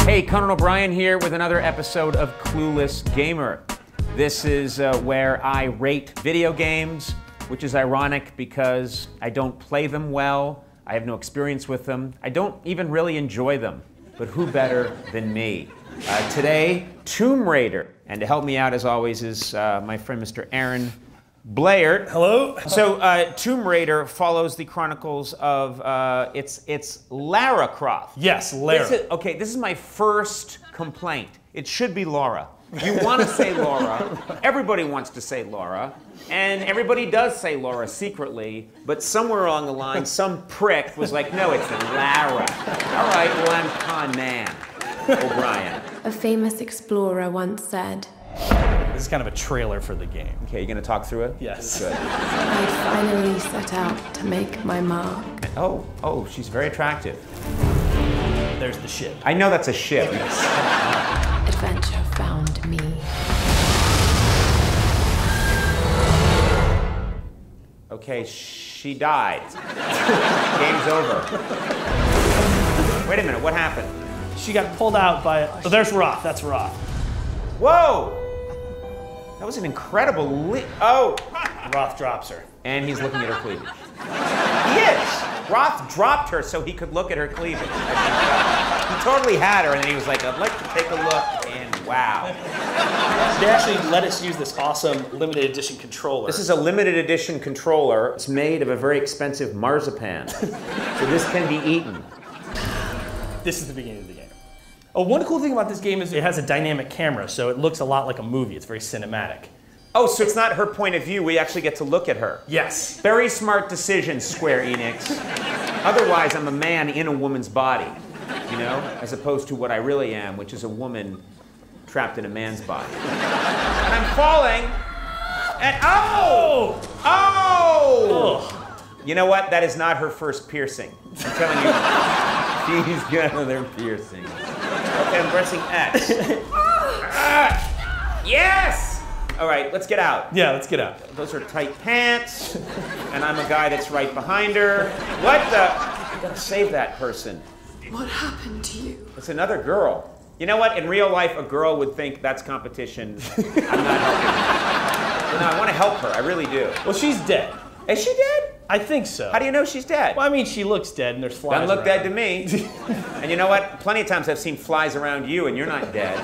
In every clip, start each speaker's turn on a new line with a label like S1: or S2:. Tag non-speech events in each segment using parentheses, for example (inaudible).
S1: Hey, Conan O'Brien here with another episode of Clueless Gamer. This is uh, where I rate video games, which is ironic because I don't play them well, I have no experience with them, I don't even really enjoy them. But who better than me? Uh, today, Tomb Raider. And to help me out, as always, is uh, my friend Mr. Aaron Blair.
S2: Hello?
S1: So, uh, Tomb Raider follows the chronicles of uh, it's it's Lara Croft.
S2: Yes, Lara.
S1: This is- okay, this is my first complaint. It should be Laura. You want to say Laura. Everybody wants to say Laura, and everybody does say Laura secretly. But somewhere along the line, some prick was like, "No, it's Lara." All right, well I'm con man, O'Brien.
S3: A famous explorer once said,
S2: This is kind of a trailer for the game.
S1: Okay, you gonna talk through it?
S2: Yes.
S1: Good.
S3: I finally set out to make my mark.
S1: Oh, oh, she's very attractive.
S2: There's the ship.
S1: I know that's a ship.
S3: Adventure found me.
S1: Okay, she died. (laughs) Game's over. Wait a minute, what happened?
S2: She got pulled out by. Oh, there's Roth. That's Roth.
S1: Whoa! That was an incredible le- Oh!
S2: Roth drops her.
S1: And he's looking at her cleavage. He is! Roth dropped her so he could look at her cleavage. He totally had her, and then he was like, I'd like to take a look, and wow.
S2: They actually let us use this awesome limited edition controller.
S1: This is a limited edition controller. It's made of a very expensive marzipan. so this can be eaten.
S2: this is the beginning of the game. Oh, one cool thing about this game is it has a dynamic camera, so it looks a lot like a movie. It's very cinematic.
S1: Oh, so it's not her point of view. We actually get to look at her.
S2: Yes.
S1: Very smart decision, Square Enix. Otherwise, I'm a man in a woman's body, you know, as opposed to what I really am, which is a woman trapped in a man's body. And I'm falling, and oh! Oh! You know what? That is not her first piercing. I'm telling you, she's got another piercing. Okay, I'm pressing X. Ah! yes! All right, let's get out.
S2: Yeah, let's get out.
S1: Those are tight pants, and I'm a guy that's right behind her. What the? You gotta save that person.
S3: What happened to you?
S1: It's another girl. You know what? In real life, a girl would think that's competition. I'm not helping. her. No, I want to help her. I really do.
S2: Well, she's dead.
S1: Is she dead?
S2: I think so.
S1: How do you know she's dead?
S2: Well, I mean, she looks dead, and there's flies.
S1: Doesn't look
S2: around.
S1: dead to me. And you know what? Plenty of times I've seen flies around you, and you're not dead.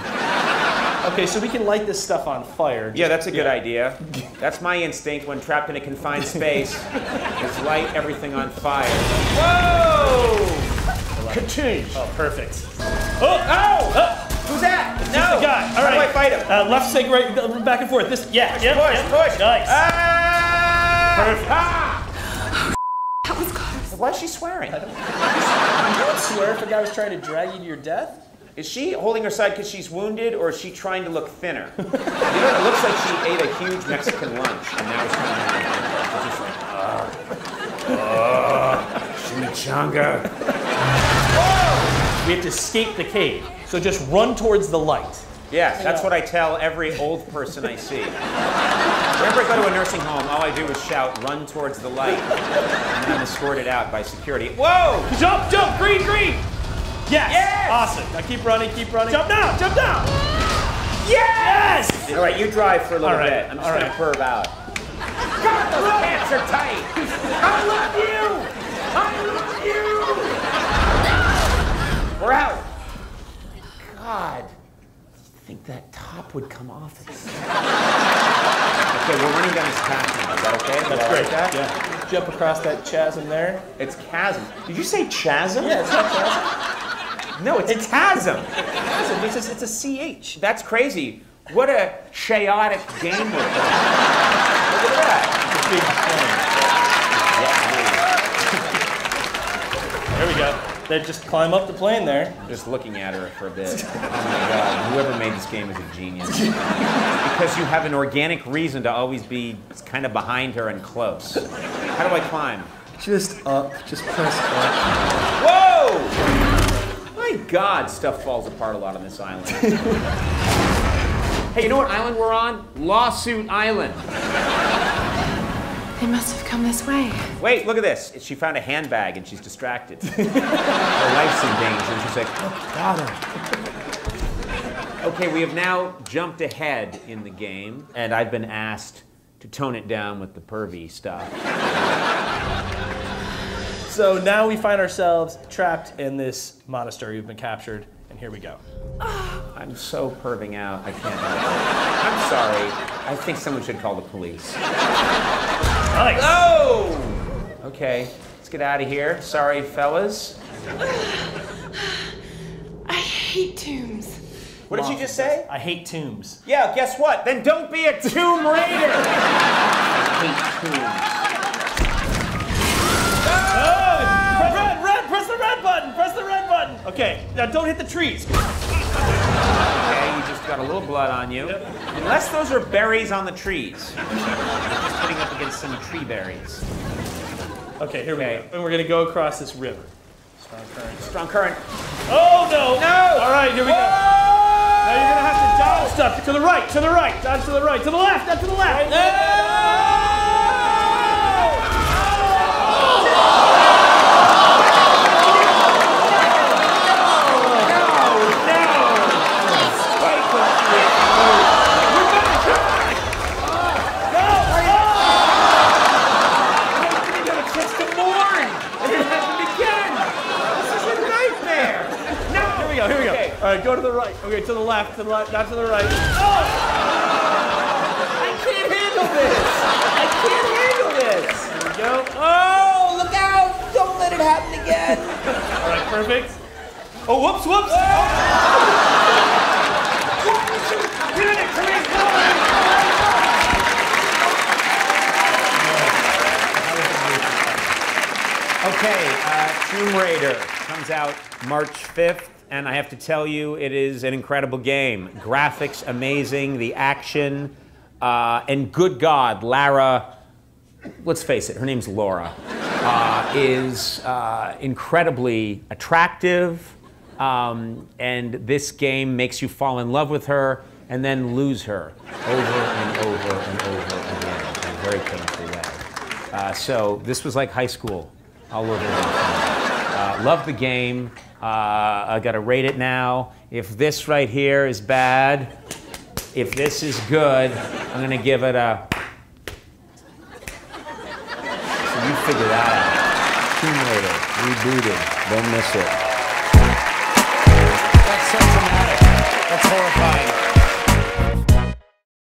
S2: Okay, so we can light this stuff on fire.
S1: Yeah, that's a good idea. That's my instinct when trapped in a confined space. is light everything on fire. Oh! Whoa!
S2: Continue. Oh, perfect.
S1: Oh! Ow!
S2: Oh,
S1: Who's that?
S2: it's
S1: no!
S2: just a guy. All right.
S1: How do I fight him?
S2: Uh, left, sig, right, back and forth. This, yeah, yeah,
S1: push,
S2: yeah.
S1: push.
S2: Nice.
S1: Ah!
S2: Perfect.
S1: Ah!
S3: That was close.
S1: Why is she swearing? Ah.
S2: I swear if a guy was trying to drag you to your death.
S1: Is she holding her side because she's wounded, or is she trying to look
S2: (laughs)
S1: thinner? you know, it looks like she ate a huge Mexican lunch, and now it's coming out. It's just like, ah, ah, chimichanga.
S2: We have to escape the cave. So just run towards the light.
S1: Yeah, that's what I tell every old person I see. Whenever I go to a nursing home, all I do is shout, "Run towards the light," and then I'm escorted out by security. Whoa!
S2: Jump, jump, green, green. Yes.
S1: Yes!
S2: Awesome. Now keep running, keep running. Jump now, jump now.
S1: Yes! All right, you drive for a little
S2: All right,
S1: bit. I'm just
S2: all
S1: gonna
S2: right.
S1: curve out. God, those pants are tight. I love you. I love you. We're out. God, I think that top would come off. Of this. okay, we're running down this path now. Is that okay? Is that all right with that?
S2: Yeah. Jump across that chasm there.
S1: It's chasm. Did you say chasm?
S2: Yeah, it's not chasm.
S1: No, it's, it's chasm.
S2: Chasm, It's a, it's a CH.
S1: That's crazy. What a chaotic game we're playing. Look at that.
S2: It's a big thing. There we go. They just climb up the plane there.
S1: Just looking at her for a bit. Oh my god, whoever made this game is a genius. because you have an organic reason to always be kind of behind her and close. How do I climb?
S4: Just up, just press up.
S1: Whoa! My god, stuff falls apart a lot on this
S4: (laughs)
S1: island. hey, you know what island we're on? Lawsuit Island.
S3: They must have come this way.
S1: Wait, look at this. She found a handbag and she's distracted. (laughs) Her life's in danger. And she's like, oh, God. I'm-" Okay, we have now jumped ahead in the game, and I've been asked to tone it down with the pervy stuff.
S2: So now we find ourselves trapped in this monastery. We've been captured, and here we go.
S1: I'm so perving out, I can't help it. I'm sorry. I think someone should call the police.
S2: Nice.
S1: Oh! Okay, let's get out of here. Sorry, fellas.
S3: I hate tombs.
S1: What did you just say?
S2: I hate tombs.
S1: Yeah, guess what? Then don't be a Tomb Raider! I hate tombs. Oh,
S2: Press red, red, press the red button, press the red button. Okay, now don't hit the trees.
S1: Okay, you just got a little blood on you. Unless those are berries on the trees. Just putting up against some tree berries.
S2: Okay, here
S1: Okay.
S2: we go. And we're gonna go across this river.
S1: Strong current.
S2: Oh
S1: No!
S2: no!
S1: Oh.
S2: All right, here we go. Now you're gonna have to dodge stuff to the right, to the right, dodge to the right, to the left, not to the left. Here we go, here we go.
S1: Okay.
S2: All right, go to the right. Okay, to the left, to the left, not to the right.
S5: Oh!
S2: There we go.
S5: Oh, look out! Don't let it happen again!
S2: All right, perfect. Oh, whoops, whoops.
S1: Okay, uh, Tomb Raider comes out March 5th, and I have to tell you, it is an incredible game. Graphics amazing, the action, uh, and good God, Lara, let's face it, her name's Laura, uh, is uh, incredibly attractive, um, and this game makes you fall in love with her and then lose her over and over and over again in a very painful way. Uh, so this was like high school all over again. Uh, love the game. Uh, I gotta rate it now. If this right here is bad, if this is good, I'm gonna give it a. So you figure that out. Tomb Raider, rebooted. Don't miss it. That's so dramatic. That's horrifying.